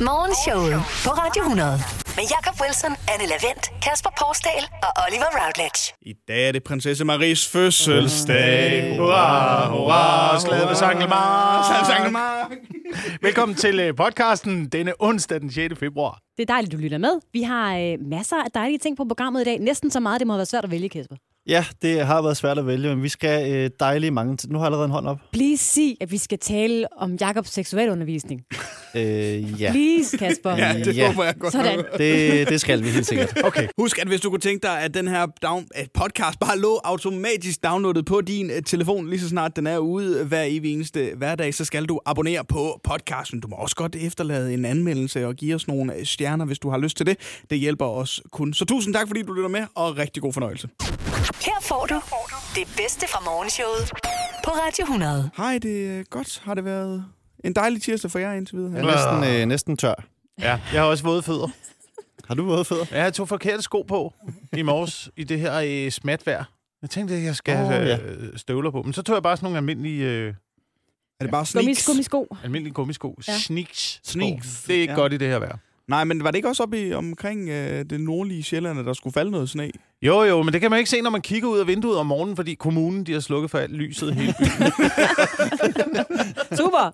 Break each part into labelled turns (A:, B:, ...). A: Morgenshowet på Radio 100. Med Jakob Wilson, Anne Lavendt, Kasper Porsdal og Oliver Routledge.
B: I dag er det prinsesse Maries fødselsdag.
C: Hurra, hurra, glæde ved Sankt Elmar.
B: Sankt
C: Velkommen til øh, podcasten denne onsdag den 6. februar.
D: Det er dejligt, du lytter med. Vi har øh, masser af dejlige ting på programmet i dag. Næsten så meget, det må have været svært at vælge, Kasper.
E: Ja, det har været svært at vælge, men vi skal øh, dejlige mange til. Nu har jeg allerede en hånd op.
D: Please sig, at vi skal tale om Jakobs seksualundervisning.
E: Øh, ja,
D: Please, Kasper.
B: Ja, det
E: Ja.
B: håber jeg godt.
D: Sådan.
E: det, det skal vi helt sikkert.
C: Okay.
B: Husk, at hvis du kunne tænke dig, at den her down, at podcast bare lå automatisk downloadet på din øh, telefon, lige så snart den er ude øh, hver evig eneste hverdag, så skal du abonnere på podcasten. Du må også godt efterlade en anmeldelse og give os nogle øh, stjerner, hvis du har lyst til det. Det hjælper os kun. Så tusind tak, fordi du lytter med, og rigtig god fornøjelse.
A: Her får du det bedste fra morgenshowet på Radio 100.
B: Hej, det er godt. Har det været en dejlig tirsdag for jer indtil videre?
E: Jeg er næsten, øh, næsten tør.
C: Ja, jeg har også våde fødder.
E: Har du våde fødder?
C: Jeg har to forkerte sko på i morges i det her øh, smatvejr. Jeg tænkte, at jeg skal
E: Åh,
C: have
E: ja.
C: øh, støvler på. Men så tog jeg bare sådan nogle almindelige, øh,
B: Er det bare
D: Gummis,
B: sneaks?
D: gummisko.
C: almindelige gummisko.
D: Ja.
C: Ja. Sneaks.
B: Sneaks,
C: Det er ikke
B: ja.
C: ja. godt i det her vejr.
B: Nej, men var det ikke også oppe i, omkring øh, det nordlige Sjælland, at der skulle falde noget sne?
C: Jo, jo, men det kan man ikke se, når man kigger ud af vinduet om morgenen, fordi kommunen de har slukket for alt lyset i hele byen.
D: Super.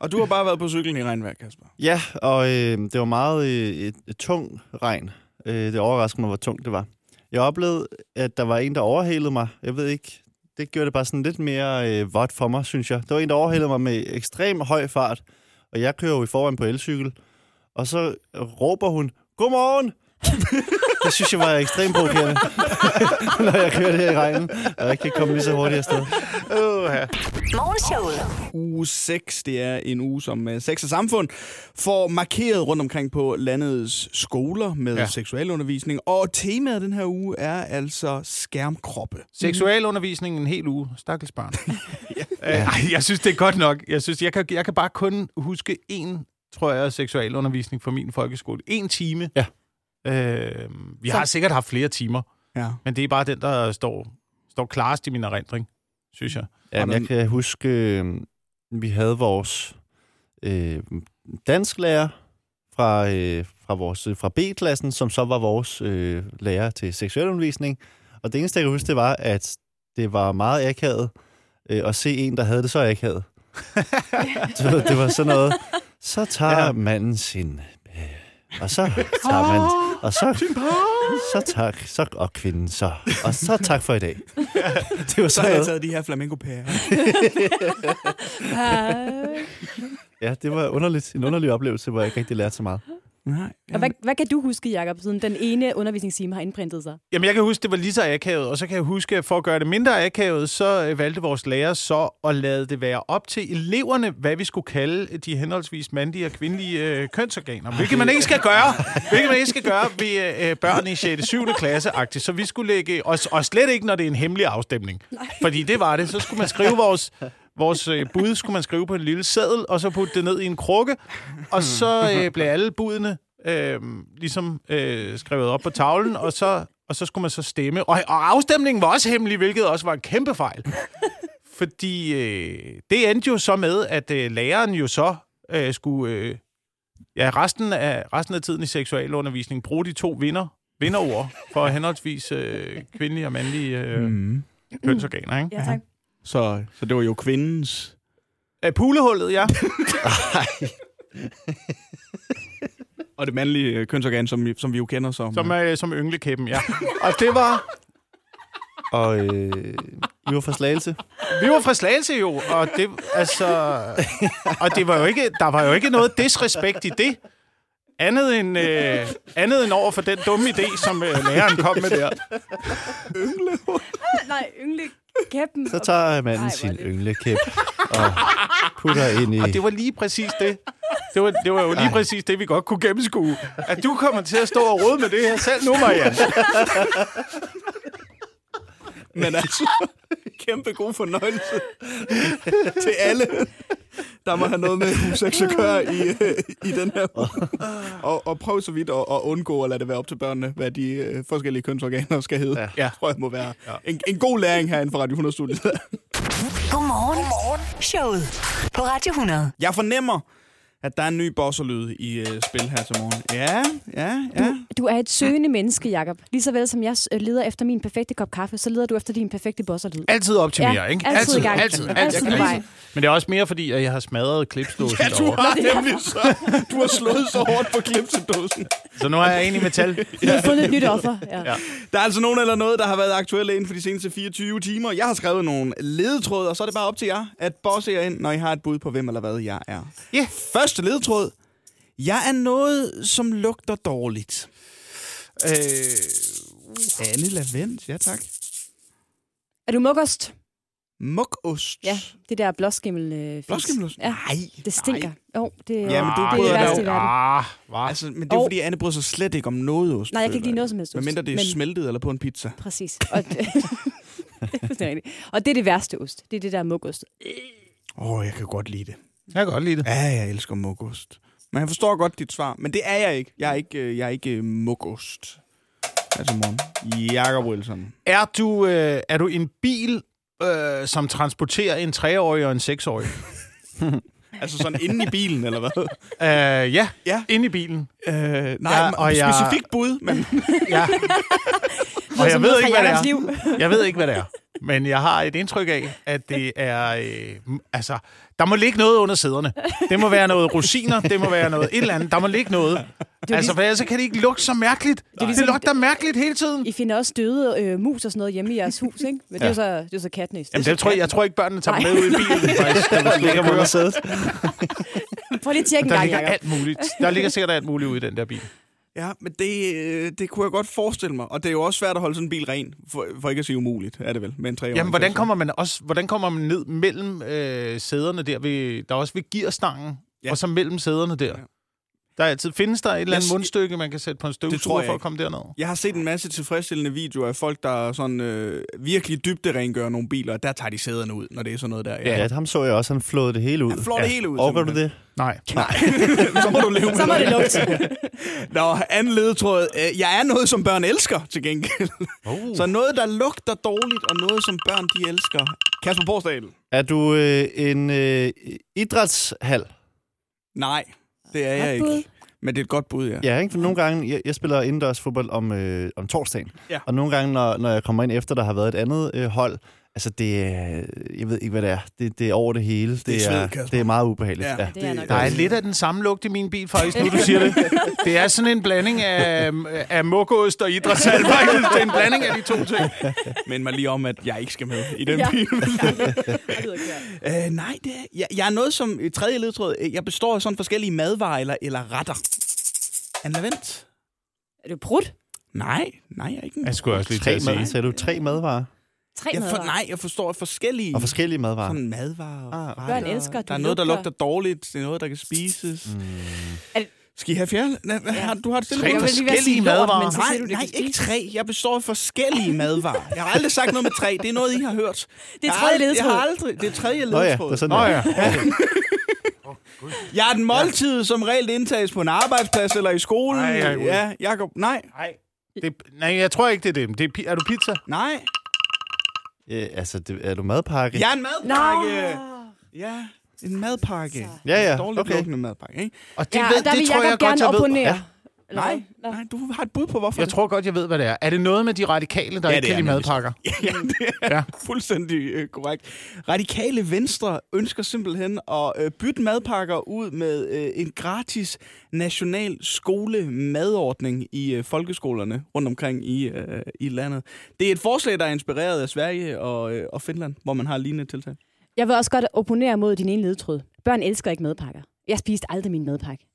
B: Og du har bare været på cyklen i regnvejr, Kasper.
E: Ja, og øh, det var meget øh, et, et tung regn. Øh, det overraskede mig, hvor tungt det var. Jeg oplevede, at der var en, der overhalede mig. Jeg ved ikke, det gjorde det bare sådan lidt mere øh, vådt for mig, synes jeg. Der var en, der overhalede mig med ekstrem høj fart, og jeg kører jo i forvejen på elcykel. Og så råber hun, Godmorgen! det synes jeg var ekstremt provokerende, når jeg kørte her i regnen, og jeg kan komme lige så hurtigt afsted.
A: Morgenshowet.
B: Uge 6, det er en uge, som øh, sex og samfund får markeret rundt omkring på landets skoler med ja.
C: Ja.
B: seksualundervisning. Og temaet den her uge er altså skærmkroppe.
C: Seksualundervisning en hel uge. Stakkels barn. ja. Øh, Ej, jeg synes, det er godt nok. Jeg, synes, jeg, kan, jeg kan bare kun huske én, tror jeg, seksualundervisning fra min folkeskole. En time.
E: Ja.
C: Øh, vi har sikkert haft flere timer,
B: Ja.
C: men det er bare den, der står, står klarest i min erindring, synes jeg.
E: Jamen, jeg kan huske, øh, vi havde vores øh, dansklærer fra, øh, fra, vores, fra B-klassen, som så var vores øh, lærer til seksualundervisning. Og det eneste, jeg kan huske, det var, at det var meget akavet øh, at se en, der havde det så akavet. så det var sådan noget. Så tager
C: Ja.
E: ja. manden sin... øh, Og så tager man... Og så, så tak, så, og kvinden så. Og så tak for i dag. Det var
B: Så
E: så
B: har jeg
E: noget.
B: taget de her flamingopærer.
D: Hej.
E: Ja, det var underligt. En underlig oplevelse, hvor jeg ikke rigtig lærte så meget.
B: Nej.
D: Og hvad, hvad kan du huske, Jakob, siden den ene undervisningstime har indprintet sig?
C: Jamen, jeg kan huske, det var lige så akavet, og så kan jeg huske, at for at gøre det mindre akavet, så øh, valgte vores lærer så at lade det være op til eleverne, hvad vi skulle kalde øh, de henholdsvis mandlige og kvindelige øh, kønsorganer, hvilket man ikke skal gøre, hvilket man ikke skal gøre ved øh, børn i 6. og 7. klasse -agtigt. Så vi skulle lægge, og, og slet ikke, når det er en hemmelig afstemning, fordi det var det, så skulle man skrive vores Vores øh, bud skulle man skrive på en lille seddel, og så putte det ned i en krukke, og så øh, blev alle budene øh, ligesom øh, skrevet op på tavlen, og så, og så skulle man så stemme. Og, og afstemningen var også hemmelig, hvilket også var en kæmpe fejl. Fordi øh, det endte jo så med, at øh, læreren jo så øh, skulle øh, ja, resten, af, resten af tiden i seksualundervisning bruge de to vinder, vinderord for henholdsvis øh, kvindelige og mandlige øh, mm.
B: Mm.
C: kønsorganer. Ikke?
D: Ja, tak.
B: Så, så det var jo kvindens...
C: Ja. Pulehullet, ja.
B: Og det mandlige øh, kønsorgan, som, som vi jo kender som...
C: Som, øh, som ynglekæppen, ja. Og det var...
E: Og øh, I var fra Slagelse.
C: Vi var fra Slagelse jo, og det, altså, og det var jo ikke, der var jo ikke noget disrespekt i det. Andet end, øh, andet end over for den dumme idé, som øh, læreren kom med der.
D: Nej, yngle kæppen.
E: Så tager manden
D: Ej,
E: Ej,
D: hvor er
E: sin
D: det-
E: ynglekæp og putter ind i...
C: Og det var lige præcis det. Det var, det var jo lige præcis det, vi godt kunne gennemskue. At du kommer til at stå og rode med det her selv nu, Marianne.
B: Men altså, kæmpe god fornøjelse til alle, der må have noget med sex at gøre i, øh, i den her uge. og, og prøv så vidt at, at undgå at lade det være op til børnene, hvad de øh, forskellige kønsorganer skal hedde. Ja.
C: Ja.
B: tror jeg må være en, en god læring herinde fra Radio 100-studiet.
A: Godmorgen. Godmorgen. Showet på Radio 100.
B: Jeg fornemmer, at der er en ny bosserlyd i øh, spil her til morgen. Ja, ja, ja.
D: Du er et søgende menneske, Jakob. Lige så vel som jeg øh, leder efter min perfekte kop kaffe, så leder du efter din perfekte bosserlyd.
C: Altid optimere,
D: Ja,
C: ikke?
D: altid i gang.
C: altid, altid,
D: Altid
C: altid,
D: på vej.
C: altid. Men det er også mere fordi, at jeg har smadret klipsdåsen
B: Ja, du
C: derovre.
B: har nemlig så, du har slået så hårdt på klipsedåsen.
C: Så nu er jeg enig i metal.
D: Du har fundet et nyt offer. Ja. Ja.
B: Der er altså nogen eller noget, der har været aktuelle inden for de seneste 24 timer. Jeg har skrevet nogle ledetråde, og så er det bare op til jer at bosse jer ind, når I har et bud på, hvem eller hvad jeg er.
C: Ja.
B: Første ledetråd. Jeg er noget, som lugter dårligt. Uh.
C: Øh,
B: Anne Lavendt, ja tak.
D: Er du mukost?
B: Mukost.
D: Ja, det der blåskimmel. Øh, fis.
B: Blåskimmelost?
D: Ja.
B: Nej.
D: Det stinker.
B: Nej.
D: Jo, det,
B: Ja, men du
D: det er
B: bryder dig
D: det værste
B: jo-
D: i verden.
C: ah, var.
B: Altså, men det er jo,
D: Og-
B: fordi Anne bryder sig slet ikke om noget ost.
D: Nej, jeg kan ikke lide noget som helst
B: Men
D: ost,
B: mindre det er
D: men-
B: smeltet eller på en pizza.
D: Præcis. Og det, det er fuldstændig rigtigt. og det er det værste ost. Det er det der mukost.
B: Åh, oh, jeg kan godt lide det.
C: Jeg kan godt lide det.
B: Ja, jeg elsker mukost. Men jeg forstår godt dit svar, men det er jeg ikke. Jeg er ikke, øh, jeg er ikke øh, mukost. Altså morgen. Jakob Wilson.
C: Er du, øh, er du en bil, øh, som transporterer en treårig og en seksårig?
B: Altså sådan inde i bilen, eller hvad?
C: øh, ja,
B: Ja.
C: ind i bilen.
B: Øh, nej,
C: Ja,
B: ja,
C: og
B: og
C: jeg-
B: specifikt bud, men...
C: Ja. og
D: Lyder
C: jeg
D: som
C: ved
D: noget
C: ikke,
D: fra
C: hvad det
D: Jakobs
C: er.
D: liv.
C: Jeg ved ikke, hvad det er. Men jeg har et indtryk af, at det er... Øh, m- altså, der må ligge noget under sæderne. Det må være noget rosiner, det må være noget et eller andet. Der må ligge noget. Altså, for ellers så kan det ikke lugte så mærkeligt. Det,
D: ligesom-
C: det lugter mærkeligt hele tiden.
D: I finder også døde øh, mus og sådan noget hjemme i jeres hus, ikke? Men det er jo så, det er jo så katnæst.
C: Jamen, det tror jeg, jeg tror ikke, børnene tager dem
D: Nej.
C: med ud i bilen, faktisk. når de ligger
E: Ligger
C: på
E: under sædet.
D: Prøv lige at tjekke en
C: Der
D: gang,
C: ligger
D: Jacob.
C: alt muligt. Der ligger sikkert alt muligt ude i den der bil.
B: Ja, men det, øh, det kunne jeg godt forestille mig. Og det er jo også svært at holde sådan en bil ren, for, for ikke at sige umuligt, er det vel, med en treårig.
C: Jamen, hvordan kommer man også, hvordan kommer man ned mellem øh, sæderne der, ved, der er også ved gearstangen, ja.
B: Ja.
C: og så mellem sæderne der?
B: Ja.
C: Der er altid, findes der et eller andet
B: Jeg-
C: mundstykke, man kan sætte på en
B: tror
C: støvsuger
B: jeg
C: for at
B: ikke.
C: komme derned?
B: Jeg har set en masse tilfredsstillende videoer af folk, der sådan, øh, virkelig dybde rengør nogle biler, og der tager de sæderne ud, når det er sådan noget der.
E: Ja, ham så jeg også. Han flåede det hele ud.
B: Han flår det hele ud,
E: Overgår du
B: simpelthen.
E: det?
C: Nej.
B: Nej, så må du leve med
D: Så må det lugte.
B: Nå, anden ledetråd. Øh, Jeg er noget, som børn elsker, til gengæld. Oh. Så noget, der lugter dårligt, og noget, som børn de elsker. Kasper Borsdal.
E: Er du øh, en øh, idrætshal?
B: Nej, det er jeg
D: Godt bud.
B: ikke. Men det er et godt bud, ja.
E: Ja, ikke? For nogle gange, jeg, jeg spiller indendørs fodbold om, øh, om torsdagen.
B: Ja.
E: Og nogle gange, når, når jeg kommer ind efter, der har været et andet øh, hold, altså det er, jeg ved ikke, hvad det er. Det, det er over det hele. Det,
B: er sved, Kasper.
E: er, det er meget ubehageligt.
B: Ja,
E: Ja. ja.
D: Det er nok
C: Der er lidt af den samme lugt i min bil, faktisk, nu du siger det. Det er sådan en blanding af, af mukkost og idrætshal, faktisk. Det er en blanding af de to ting.
B: Men mig lige om, at jeg ikke skal med i den
D: Ja.
B: ja. bil.
D: Det lyder ikke værd.
B: Øh, nej, det er, jeg, jeg er noget som øh, tredje ledtråd. øh, Jeg består af sådan forskellige madvarer eller, eller retter. Anna Vendt?
D: Er du brudt?
B: Nej, nej, jeg er ikke en...
C: Jeg skulle også lige til
E: Tre
C: at
E: mad,
C: sige.
E: sagde du tre madvarer?
D: Tre
B: jeg for,
D: madvarer.
B: nej, jeg forstår af forskellige...
E: Og forskellige madvarer.
B: Sådan madvarer.
E: Ah,
B: retter.
D: Børn elsker, at
B: Der er
D: det
B: noget, der
D: lugter.
B: lugter dårligt. Det er noget, der kan spises. Mm.
D: Er det-
B: Skal I have fjerde? Nej, hvad har- Du har det
C: Tre
D: Jeg vil
B: stille
D: lige ved at sige
C: forskellige
D: lort,
C: madvarer.
D: men så siger
B: Nej,
D: du, det
B: nej,
D: kan
B: ikke
D: spise.
B: tre. Jeg består af forskellige madvarer. Jeg har aldrig sagt noget med tre. Det er noget, I har hørt.
D: Det er
B: Jeg har
D: tredje
B: aldrig- Jeg har
D: ledtråd.
B: aldrig... Det er tredje
E: Nå ja,
B: ledtråd.
E: det er sådan
C: Nå
E: der.
C: ja.
B: Jeg er den måltid, som reelt indtages på en arbejdsplads eller i skolen.
C: Nej, jeg er ude.
B: ja, Jacob, nej,
C: Nej. Det, nej, jeg tror ikke, det er det. det er, pi- er du pizza?
B: nej.
E: Øh, altså, det, er du madpakke?
B: Jeg er en madpakke. Ja, en madpakke.
E: Ja, ja,
B: En Dårligt
E: okay.
B: lukkende madpakke, ikke?
C: Og det,
D: Ja,
C: ved,
D: der
C: det
D: vil
C: tror jeg
D: Jacob
C: godt,
D: gerne
C: jeg ved.
D: opponere. Eller
B: Nej,
D: hvad?
B: nej, du har et bud på, hvorfor
C: Jeg tror godt, jeg ved, hvad det er. Er det noget med de radikale, der ja,
B: Ja,
C: ikke
B: det
C: kan
B: er
C: lide
B: nemlig.
C: madpakker?
B: Ja, det er ja. fuldstændig øh, korrekt. Radikale Venstre ønsker simpelthen at øh, bytte madpakker ud med øh, en gratis national skolemadordning i øh, folkeskolerne rundt omkring i, øh, i landet. Det er et forslag, der er inspireret af Sverige og, øh, og Finland, hvor man har lignende tiltag.
D: Jeg vil også godt opponere mod din ene ledtråd. Børn elsker ikke madpakker. Jeg spiste aldrig min madpakke.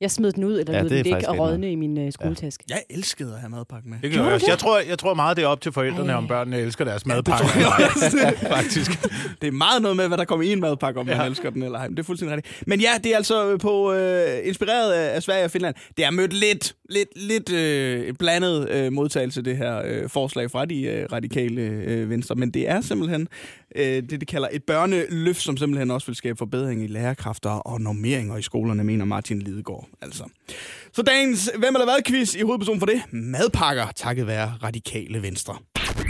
D: Jeg smed den ud, eller
E: Ja,
D: ja, lod
E: det er
D: den ligge
E: faktisk
D: og
E: rigtig
D: rådne i min øh, skoletaske.
B: Jeg elskede at have madpakke med.
C: Det kan jeg, også. jeg, tror, jeg tror meget, det er op til forældrene, om børnene elsker deres madpakker. Faktisk.
B: Det er meget noget med, hvad der kommer i en madpakke, om man elsker den eller ej. Men Det er fuldstændig rigtigt. Men ja, det er altså på øh, inspireret af, af Sverige og Finland. Det har mødt lidt, lidt, lidt øh, blandet øh, modtagelse, det her øh, forslag fra de øh, radikale øh, venstre. Men det er simpelthen øh, det, de kalder et børneløft, som simpelthen også vil skabe forbedring i lærerkræfter og normeringer i skolerne, mener Martin Lidegaard. Altså. Så dagens Hvem eller hvad quiz i hovedperson for det? Madpakker, takket være radikale venstre.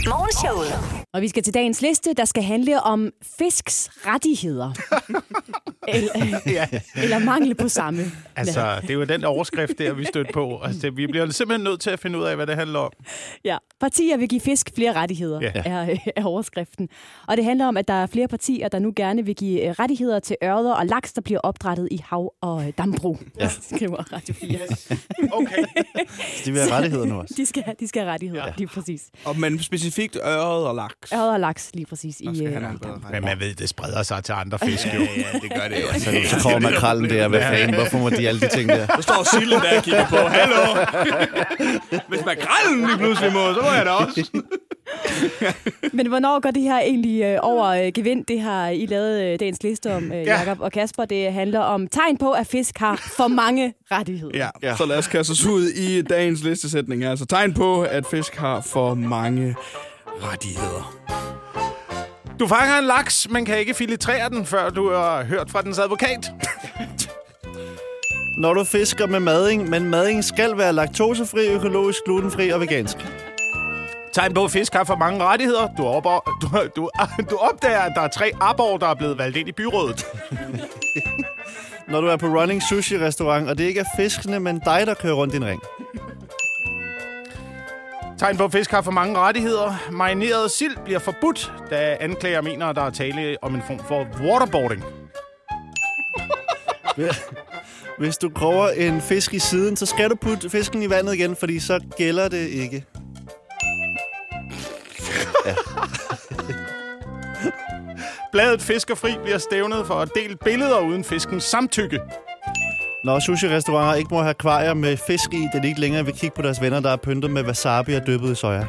A: Morgenshowet.
D: Og vi skal til dagens liste, der skal handle om fisks rettigheder. Eller, øh,
C: Ja.
D: eller mangel på samme. Ja.
C: Altså, det er jo den overskrift der, vi stødte på. Altså, det, vi bliver simpelthen nødt til at finde ud af, hvad det handler om.
D: Ja. Partier vil give fisk flere rettigheder,
C: Ja.
D: ja. er, øh, er overskriften. Og det handler om, at der er flere partier, der nu gerne vil give øh, rettigheder til ørder og laks, der bliver opdrettet i hav- og øh, dambrug, ja. skriver Radio 4.
C: Okay.
E: De vil have rettigheder nu også.
D: De skal, have- de skal have rettigheder, ja. lige præcis.
B: Og men specifikt øret og laks.
D: Ørder og laks, lige præcis. I, øh,
C: Men man ved, det spreder sig til andre fisk, jo. Altså,
B: Ja, det gør det jo.
E: Så så kommer makrallen der, hvad fanden, hvorfor må de alle de ting der?
B: Så står Silden der og kigger på. Hallo! Hvis makrallen lige pludselig må, så må jeg da også.
D: Men hvornår går det her egentlig øh, over øh, gevind? Det har I lavet øh, dagens liste om, øh, Jakob og Kasper. Det handler om tegn på, at fisk har for mange rettigheder.
B: Ja, ja, så lad os kaste os ud i dagens listesætning. Altså tegn på, at fisk har for mange rettigheder.
C: Du fanger en laks, men kan ikke filtrere den, før du har hørt fra dens advokat.
E: Når du fisker med mading, men mading skal være laktosefri, økologisk, glutenfri og vegansk.
C: Tegn på, at fisk har for mange rettigheder. Du, opår, du, du, du opdager, at der er tre abor, der er blevet valgt ind i byrådet.
E: Når du er på running sushi-restaurant, og det ikke er fiskene, men dig, der kører rundt i en ring.
C: Tegn på, at fisk har for mange rettigheder. Marineret sild bliver forbudt, da anklager mener, at der er tale om en form for waterboarding.
E: Hvis du grover en fisk i siden, så skal du putte fisken i vandet igen, fordi så gælder det ikke.
C: Bladet Fiskerfri bliver stævnet for at dele billeder uden fiskens samtykke.
E: Når sushi-restauranter ikke må have akvarier med fisk i, da de ikke længere vil kigge på deres venner, der er pyntet med wasabi og dyppet i soja.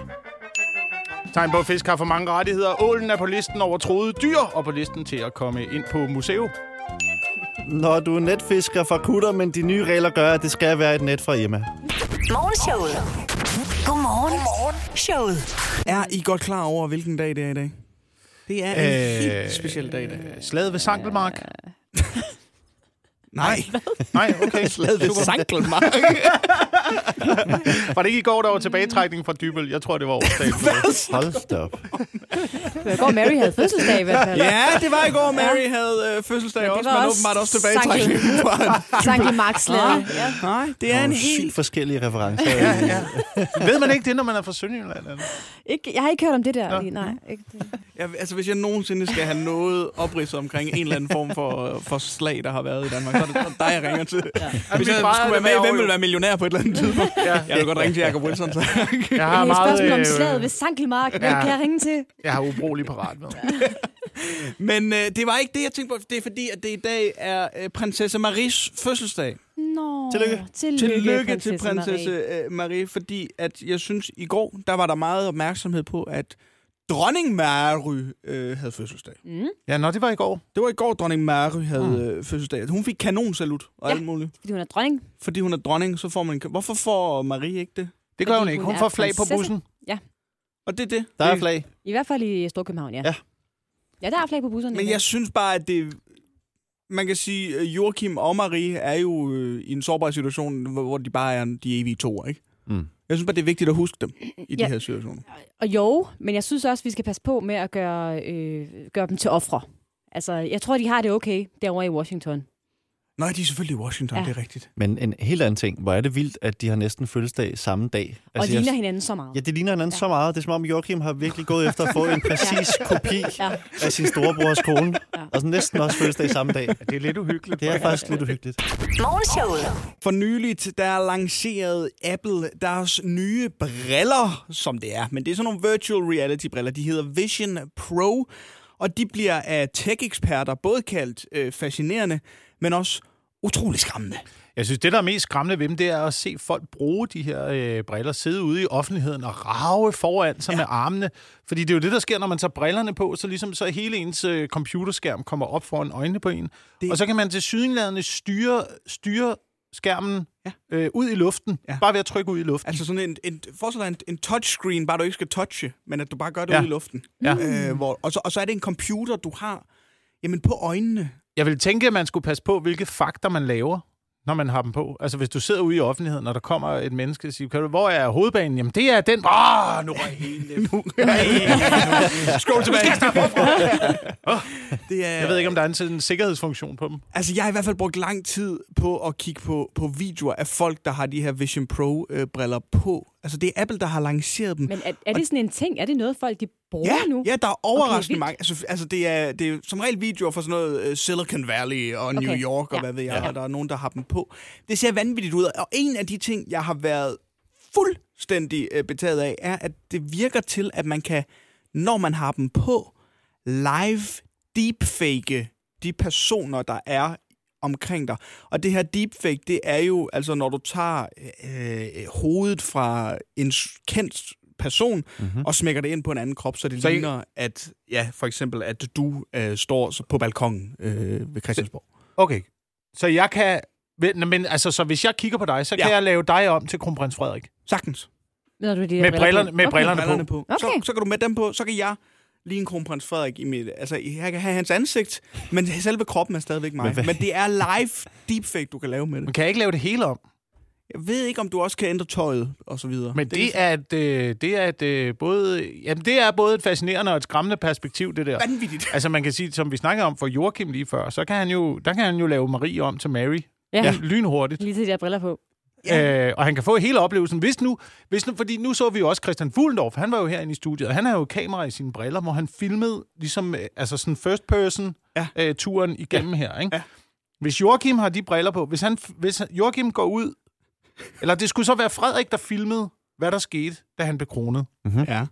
C: Tegn på, at fisk har for mange rettigheder. Ålen er på listen over troede dyr, og på listen til at komme ind på museum.
E: Når du netfisker fra kutter, men de nye regler gør, at det skal være et net fra Irma.
A: Morgenshowet. Godmorgen. Godmorgen. Showet.
B: Er I godt klar over, hvilken dag det er i dag? Det er en
C: Øh,
B: helt speciel dag i dag.
C: Slaget ved Sankelmark.
B: Nej,
C: Nej, okay.
B: slaget ved Sankelmark.
C: Var det ikke i går, der var tilbagetrækning fra Dybel? Jeg tror, det var årsdagen.
E: Hold da op.
D: Det var i går Mary havde fødselsdag i hvert fald.
B: Ja, det var i går, Mary havde øh, fødselsdag
D: det
B: også,
D: var
B: men
D: også
B: åbenbart også tilbagetrækning.
D: Sankt i Markslæde. Ja.
B: Nej, det er en
E: Nogle
B: helt
E: sygt forskellige referencer.
C: Ved man ikke det, når man er fra Sønderjylland? eller?
D: Ikke, jeg har ikke hørt om det der. Lige, nej. Ikke det.
B: Jeg, altså, hvis jeg nogensinde skal have noget opridset omkring en eller anden form for, øh, for slag, der har været i Danmark, så er det så dig, jeg ringer til. Ja. Hvis
C: min
B: jeg
C: far
B: skulle være med
C: er med
B: i Hvem
C: over,
B: vil
C: jo.
B: være millionær på et eller andet tidspunkt?
C: Ja.
B: Jeg vil godt ringe til Jacob Wilson, så.
C: Jeg
D: Det er
C: har
D: et spørgsmål Øh, om slaget
C: meget...
D: ved
C: Øh,
D: Sankelmark. Hvem
C: ja.
D: kan jeg ringe til?
C: jeg har ubrugelig parat med.
B: Men øh, det var ikke det, jeg tænkte på. Det er fordi, at det i dag er øh, prinsesse Maries fødselsdag.
D: Nå,
E: Tillykke.
D: Tillykke,
B: Tillykke til prinsesse
D: Mm.
B: Marie.
D: Marie.
B: Marie, fordi at jeg synes, i går, der var der meget opmærksomhed på, at dronning Mary øh, havde fødselsdag.
D: Mm.
C: Ja, nå, det var i går.
B: Det var i går, dronning Mary havde øh, fødselsdag. Hun fik kanonsalut og
D: Ja.
B: alt muligt.
D: Fordi hun er dronning.
B: fordi hun er dronning, så får man en... ka- Hvorfor får Marie ikke det?
C: Det gør
D: Fordi
C: hun ikke.
D: hun
C: Hun
D: er
C: får flag på
D: prinsesse.
C: bussen.
B: Og det er det.
E: Der er
B: Det-
E: flag.
D: I hvert fald i Storkøbenhavn, ja.
E: Ja.
D: Ja, der er flag på busserne.
B: Men jeg synes bare, at det... Man kan sige, at Joachim og Marie er jo øh, i en sårbar situation, hvor hvor de bare er de evige to, ikke?
E: Mm.
B: Jeg synes bare, det er vigtigt at huske dem i de
D: Ja.
B: her situationer.
D: Og jo, men jeg synes også, vi skal passe på med at gøre, øh, gøre dem til ofre. Altså, jeg tror, de har det okay derovre i Washington.
B: Nej, de er selvfølgelig i Washington, ja.
D: Ja.
B: det er rigtigt.
E: Men en helt anden ting. Hvor er det vildt, at de har næsten fødselsdag samme dag.
D: Og altså, ligner
E: jeg,
D: hinanden så meget.
E: Ja, det ligner hinanden ja. så meget. Det er som om Joachim har virkelig gået efter at få en præcis kopi
D: Ja.
E: af sin storebrors kone. Ja. Og så næsten også fødselsdag samme dag.
C: Det er lidt uhyggeligt.
E: Det er faktisk lidt uhyggeligt.
A: Morgenshowet.
B: For nyligt, der lancerede Apple deres nye briller, som det er. Men det er sådan nogle virtual reality-briller. De hedder Vision Pro, og de bliver af tech-eksperter både kaldt øh, fascinerende, men også utrolig skræmmende.
C: Jeg synes, det, der er mest skræmmende ved dem, det er at se folk bruge de her øh, briller, sidde ude i offentligheden og rave foran sig ja. med armene. Fordi det er jo det, der sker, når man tager brillerne på, så ligesom så hele ens øh, computerskærm kommer op foran øjnene på en. Det... Og så kan man til sydenladende styre, styre skærmen
B: Ja.
C: ja. øh, ud i luften,
B: Ja.
C: ja. bare ved at trykke ud i luften.
B: Altså sådan en, en, forestil dig en, en touchscreen, bare du ikke skal touche, men at du bare gør det ja.
C: Ja.
B: ude i luften.
C: Ja.
B: Øh, hvor, og, så, og så er det en computer, du har jamen, på øjnene.
C: Jeg vil tænke, at man skulle passe på, hvilke fakter man laver. når man har dem på. Altså, hvis du sidder ude i offentligheden, og der kommer et menneske og siger, kan du, hvor er hovedbanen? Jamen, det er den. Åh, nu er hele... Nu er hele... Skål tilbage.
B: Det er,
C: Jeg ved ikke, om der er en sådan sikkerhedsfunktion på dem.
B: Altså, jeg har i hvert fald brugt lang tid på at kigge på, på videoer af folk, der har de her Vision Pro-briller på. Altså, det er Apple, der har lanceret dem.
D: Men er, er det sådan en ting? Er det noget, folk de bruger
B: ja,
D: nu?
B: ja, der er overraskende
D: vildt.
B: mange. Altså, altså det, er, det er som regel videoer fra sådan noget uh, Silicon Valley og New
D: Okay,
B: York og
D: ja.
B: hvad ved jeg, ja. og der er nogen, der har dem på. Det ser vanvittigt ud, og en af de ting, jeg har været fuldstændig uh, betaget af, er, at det virker til, at man kan, når man har dem på, live deepfake de personer, der er omkring dig. Og det her deepfake, det er jo, altså når du tager øh, øh, hovedet fra en s- kendt person mm-hmm. og smækker det ind på en anden krop, så det så
C: Så I-
B: ligner, at ja, for eksempel, at du øh, står så på balkongen øh, ved Christiansborg.
C: Okay. Så jeg kan... Men, men altså, så hvis jeg kigger på dig, så kan
B: Ja.
C: jeg lave dig om til kronprins Frederik.
B: Sagtens.
D: Når du har de der
C: Med
D: briller på?
C: brillerne, med
D: Okay.
C: brillerne,
B: Brillerne
C: på.
B: på.
D: Okay.
B: Så, så kan du med dem på, så kan jeg lige en kronprins Frederik i mit... Altså, jeg kan have hans ansigt, men selve kroppen er stadigvæk mig.
E: Men
B: Men,
E: hvad-
B: men det er live deepfake, du kan lave med
C: Men
B: det.
C: kan jeg ikke lave det hele om?
B: Jeg ved ikke, om du også kan ændre tøjet og så videre.
C: Men det er, et, øh, det er et, øh, både, jamen, det er både et fascinerende og et skræmmende perspektiv, det der.
B: vanvittigt.
C: Altså man kan sige, som vi snakkede om for Joachim lige før, så kan han jo, der kan han jo lave Marie om til Mary
D: Ja,
C: ja. lynhurtigt.
D: lige til de der briller på.
C: Ja. Øh, og han kan få hele oplevelsen. Hvis nu, hvis nu, fordi nu så vi jo også Christian Fuglendorf, han var jo herinde i studiet, og han har jo kamera i sine briller, hvor han filmede ligesom, øh, altså sådan first person
B: Ja.
C: ja. øh, turen igennem ja. her. Ikke?
B: Ja.
C: Ja. Hvis Joachim har de briller på, hvis, han, hvis han- Joachim går ud, eller det skulle så være Frederik, der filmede, hvad der skete, da han blev kronet.
B: Ja.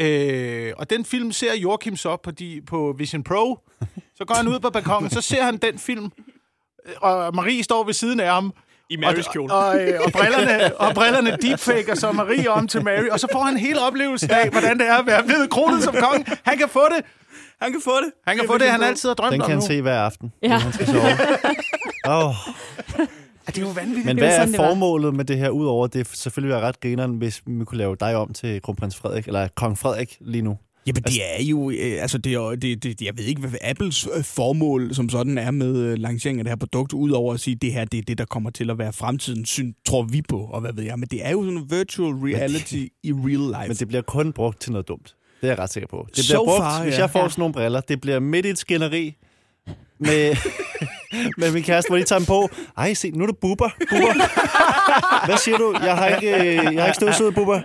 C: Øh, og den film ser Joachim så på, de, på Vision Pro. Så går han ud på balkongen, så ser han den film. Øh, Og Marie står ved siden af ham.
B: I
C: Og,
B: Marys kjole.
C: og, øh, og, brillerne, og brillerne deepfaker så Marie om til Mary. Og så får han hele oplevelsen af, hvordan det er at være blevet kronet som konge. Han kan få det.
B: Han kan få det.
C: Han kan få det, han altid har drømt
E: Den
C: om
E: kan han
C: nu.
E: se hver aften,
D: Ja.
E: ja. når han skal sove. oh,
C: Det er jo vanvittigt.
E: men
D: Det var
E: hvad
D: sådan, det
E: er
D: var.
E: formålet med det her, udover det er selvfølgelig være ret grineren, hvis vi kunne lave dig om til kronprins Frederik, eller kong Frederik lige nu?
B: Jamen, det er jo... Øh, altså, det er, jo- det, det, jeg ved ikke, hvad Apples øh, formål som sådan er med øh, lanceringen af det her produkt, udover at sige, at det her det er det, der kommer til at være fremtiden, syn, tror vi på, og hvad ved jeg. Men det er jo sådan en virtual reality det, i real life.
E: Men
B: Men det,
E: det bliver kun brugt til noget dumt. Det er jeg ret sikker på. Det bliver
B: So
E: brugt,
B: far,
E: hvis
B: ja.
E: jeg får sådan nogle briller. Det bliver midt i et skænderi med, med min kæreste, hvor de tager dem på. Ej, se, nu er det buber. buber. Hvad siger du? Jeg har ikke, øh, jeg har ikke støvsuget buber.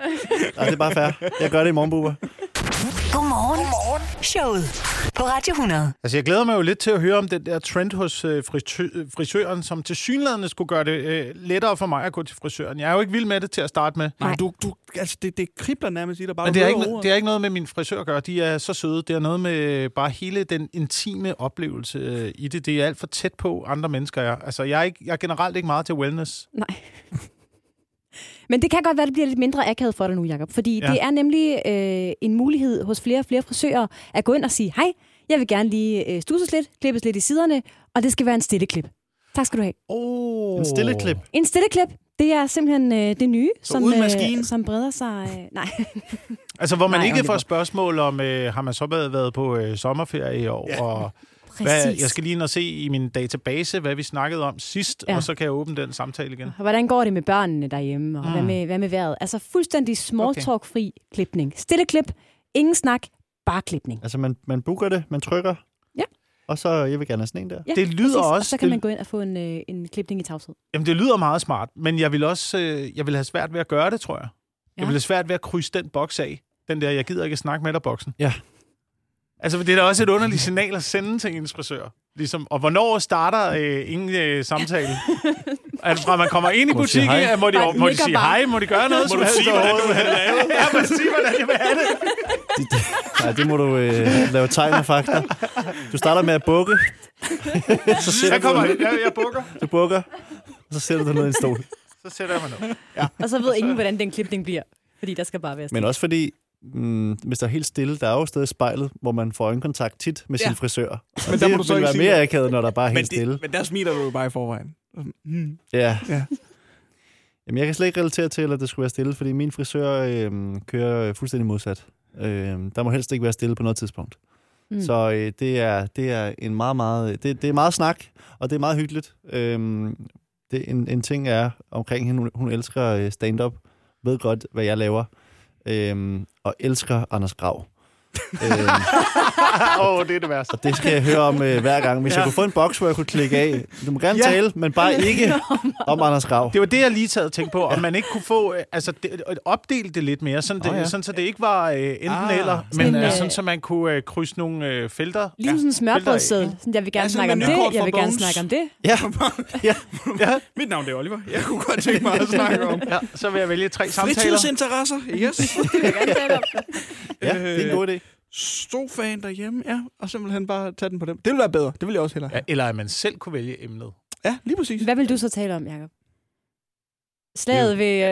E: Nej, det er bare fair. Jeg gør det i morgen, buber.
A: Godmorgen. Godmorgen. Showet på Radio 100.
C: Altså, jeg glæder mig jo lidt til at høre om den der trend hos øh, frisø- øh, frisøren, som til synlædende skulle gøre det øh, lettere for mig at gå til frisøren. Jeg er jo ikke vild med det til at starte med.
B: Nej, du, du, altså, det, det kribler nærmest i dig bare.
C: Men
B: du
C: det er,
B: hører
C: ikke,
B: ordet.
C: det er ikke noget med min frisør at gøre. De er så søde. Det er noget med bare hele den intime oplevelse øh, i det. Det er alt for tæt på andre mennesker. Jeg. Altså, jeg er, ikke, jeg er generelt ikke meget til wellness.
D: Nej. Men det kan godt være, det bliver lidt mindre akavet for dig nu, Jacob. Fordi ja.
C: Ja.
D: det er nemlig øh, en mulighed hos flere og flere frisører at gå ind og sige, hej, jeg vil gerne lige øh, stusses lidt, klippes lidt i siderne, og det skal være en stilleklip. Tak skal du have.
C: Oh.
E: En stille klip.
D: En stilleklip, det er simpelthen øh, det nye, som,
B: uden
D: øh,
B: maskine?
D: som breder sig... Øh, nej.
C: Altså, hvor man
D: Nej,
C: Nej, ikke
D: Oliver.
C: får spørgsmål om, øh, har man så været, været på øh, sommerferie i år? Ja. Og hvad,
D: Præcis.
C: jeg skal lige ind og se i min database, hvad vi snakkede om sidst,
D: Ja.
C: ja. og så kan jeg åbne den samtale igen.
D: Og Hvordan går det med børnene derhjemme, og mm.
C: Ah.
D: hvad, med, hvad med vejret? Altså fuldstændig smalltalk-fri klipning. Stille klip, ingen snak, bare klipning.
E: Altså, man, man booker det, man trykker.
D: Ja.
E: Og så, jeg vil gerne have sådan en der.
D: Ja,
C: Det lyder
D: Og
C: også-
D: så kan
C: det-
D: man gå ind og få en, øh, en klipning i tavshed.
C: Jamen, det lyder meget smart, men jeg vil også øh, jeg vil have svært ved at gøre det, tror jeg. Ja.
D: Ja.
C: Jeg vil have svært ved at krydse den boks af. Den der, jeg gider ikke snakke med dig, boksen.
E: Ja.
C: Altså, for det er da også et underligt signal at sende til ens frisør. Ligesom, og hvornår starter øh, ingen øh, samtale? Er det fra, man kommer ind i
E: Må de sige
C: butikken,
E: hej?
C: ja, må de,
D: Bare
C: må de
D: nikker
C: sige
D: bare.
C: hej, må de gøre noget? Må du sige, hvordan du vil have lavet? Ja, må du sige, hvordan jeg vil have det?
E: De, de, nej, det må du øh, lave tegn og fakta. Du starter med at bukke. så sætter
C: Jeg kommer,
E: du,
C: jeg, jeg bukker,
E: du bukker, og så sætter du ned i en stol.
C: så sætter jeg mig ned.
D: Og så ved ingen, hvordan den klipning bliver. Fordi der skal bare være
E: Men også fordi, mm, hvis der er helt stille, der er jo stadig spejlet, hvor man får øjenkontakt tit med ja.
B: Ja.
E: sin frisør. Og
B: Men
E: men
B: der
E: det
B: må du så
E: vil
B: ikke
E: være
B: sige
E: mere
B: noget.
E: akavet, når der bare er
B: men,
E: helt stille.
B: det, men der smiler du jo bare i forvejen. Hmm.
E: Ja.
B: Ja.
E: ja. Jamen, jeg kan slet ikke relatere til, at det skulle være stille, fordi min øhm, frisør øh, kører øh, fuldstændig modsat. Øh, der må helst ikke være stille på noget tidspunkt. Mm. Så øh, det, er, det er en meget, meget... øh, Det, det er meget snak, og det er meget hyggeligt. Øhm, det, en, en ting er omkring hende, hun, hun elsker øh, stand-up, ved godt, hvad jeg laver, øhm, og elsker Anders Grav. øhm,
C: Åh, oh, det er det værste.
E: og det skal jeg høre om øh, hver gang. Hvis ja. jeg kunne få en boks, hvor jeg kunne klikke af. Du må gerne
C: Ja.
E: ja. tale, men bare ikke om Anders Grav.
C: Det var det, jeg lige taget og tænkt på, om man ikke kunne få, øh, altså det, at opdele det lidt mere, sådan, det,
E: Åh,
C: oh,
E: ja.
C: ja. sådan så det ikke var øh, enten
B: Ah.
C: ah, eller, men
D: Sådan,
C: øh,
D: øh,
C: sådan så man kunne øh, krydse nogle øh, felter.
D: Ligesom sådan en smørbrødsseddel. Sådan, Jeg vil gerne
B: Ja, sådan
D: snakke om
B: et
D: det,
B: menukort
D: jeg
B: fra
D: vil gerne
B: Bones.
D: snakke om det.
E: Ja, ja.
B: Mit navn det er Oliver. Jeg kunne godt tænke mig at snakke om
C: Ja, så vil jeg vælge tre samtaler.
B: fritidsinteresser. Yes.
E: ja, det er en god idé.
B: Sofaen derhjemme, ja. Og simpelthen bare tage den på dem. Det ville være bedre. Det ville jeg også hellere.
C: Ja, eller at man selv kunne vælge emnet.
B: Ja, lige præcis.
D: Hvad vil du så tale om, Jacob? Slaget ved...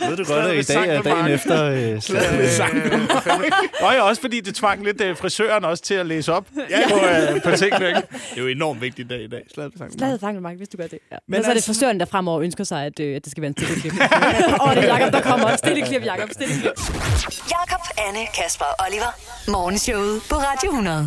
D: Øh,
E: Ved du godt,
C: Slaget
E: at
C: ved
E: i dag er
C: Sankt
E: dagen
C: Mark.
E: efter... Øh, slaget ved
C: Øh,
E: Sankt-
C: Og ja, også fordi det tvang lidt øh, frisøren også til at læse op ja. på, øh, på tingene. Ikke?
B: Det er jo en enormt vigtig dag i dag. Slaget på sangen.
D: slaget ved Mark, hvis du gør det. Ja. Men,
B: Men
D: så er det
B: altså-
D: forstørrende, der fremover ønsker sig, at, øh, at det skal være en stille klip. Åh, det er Jacob, der kommer. Stille klip, Jacob. Stille klip.
A: Jakob, Anne, Kasper og Oliver. Morgenshowet på Radio 100.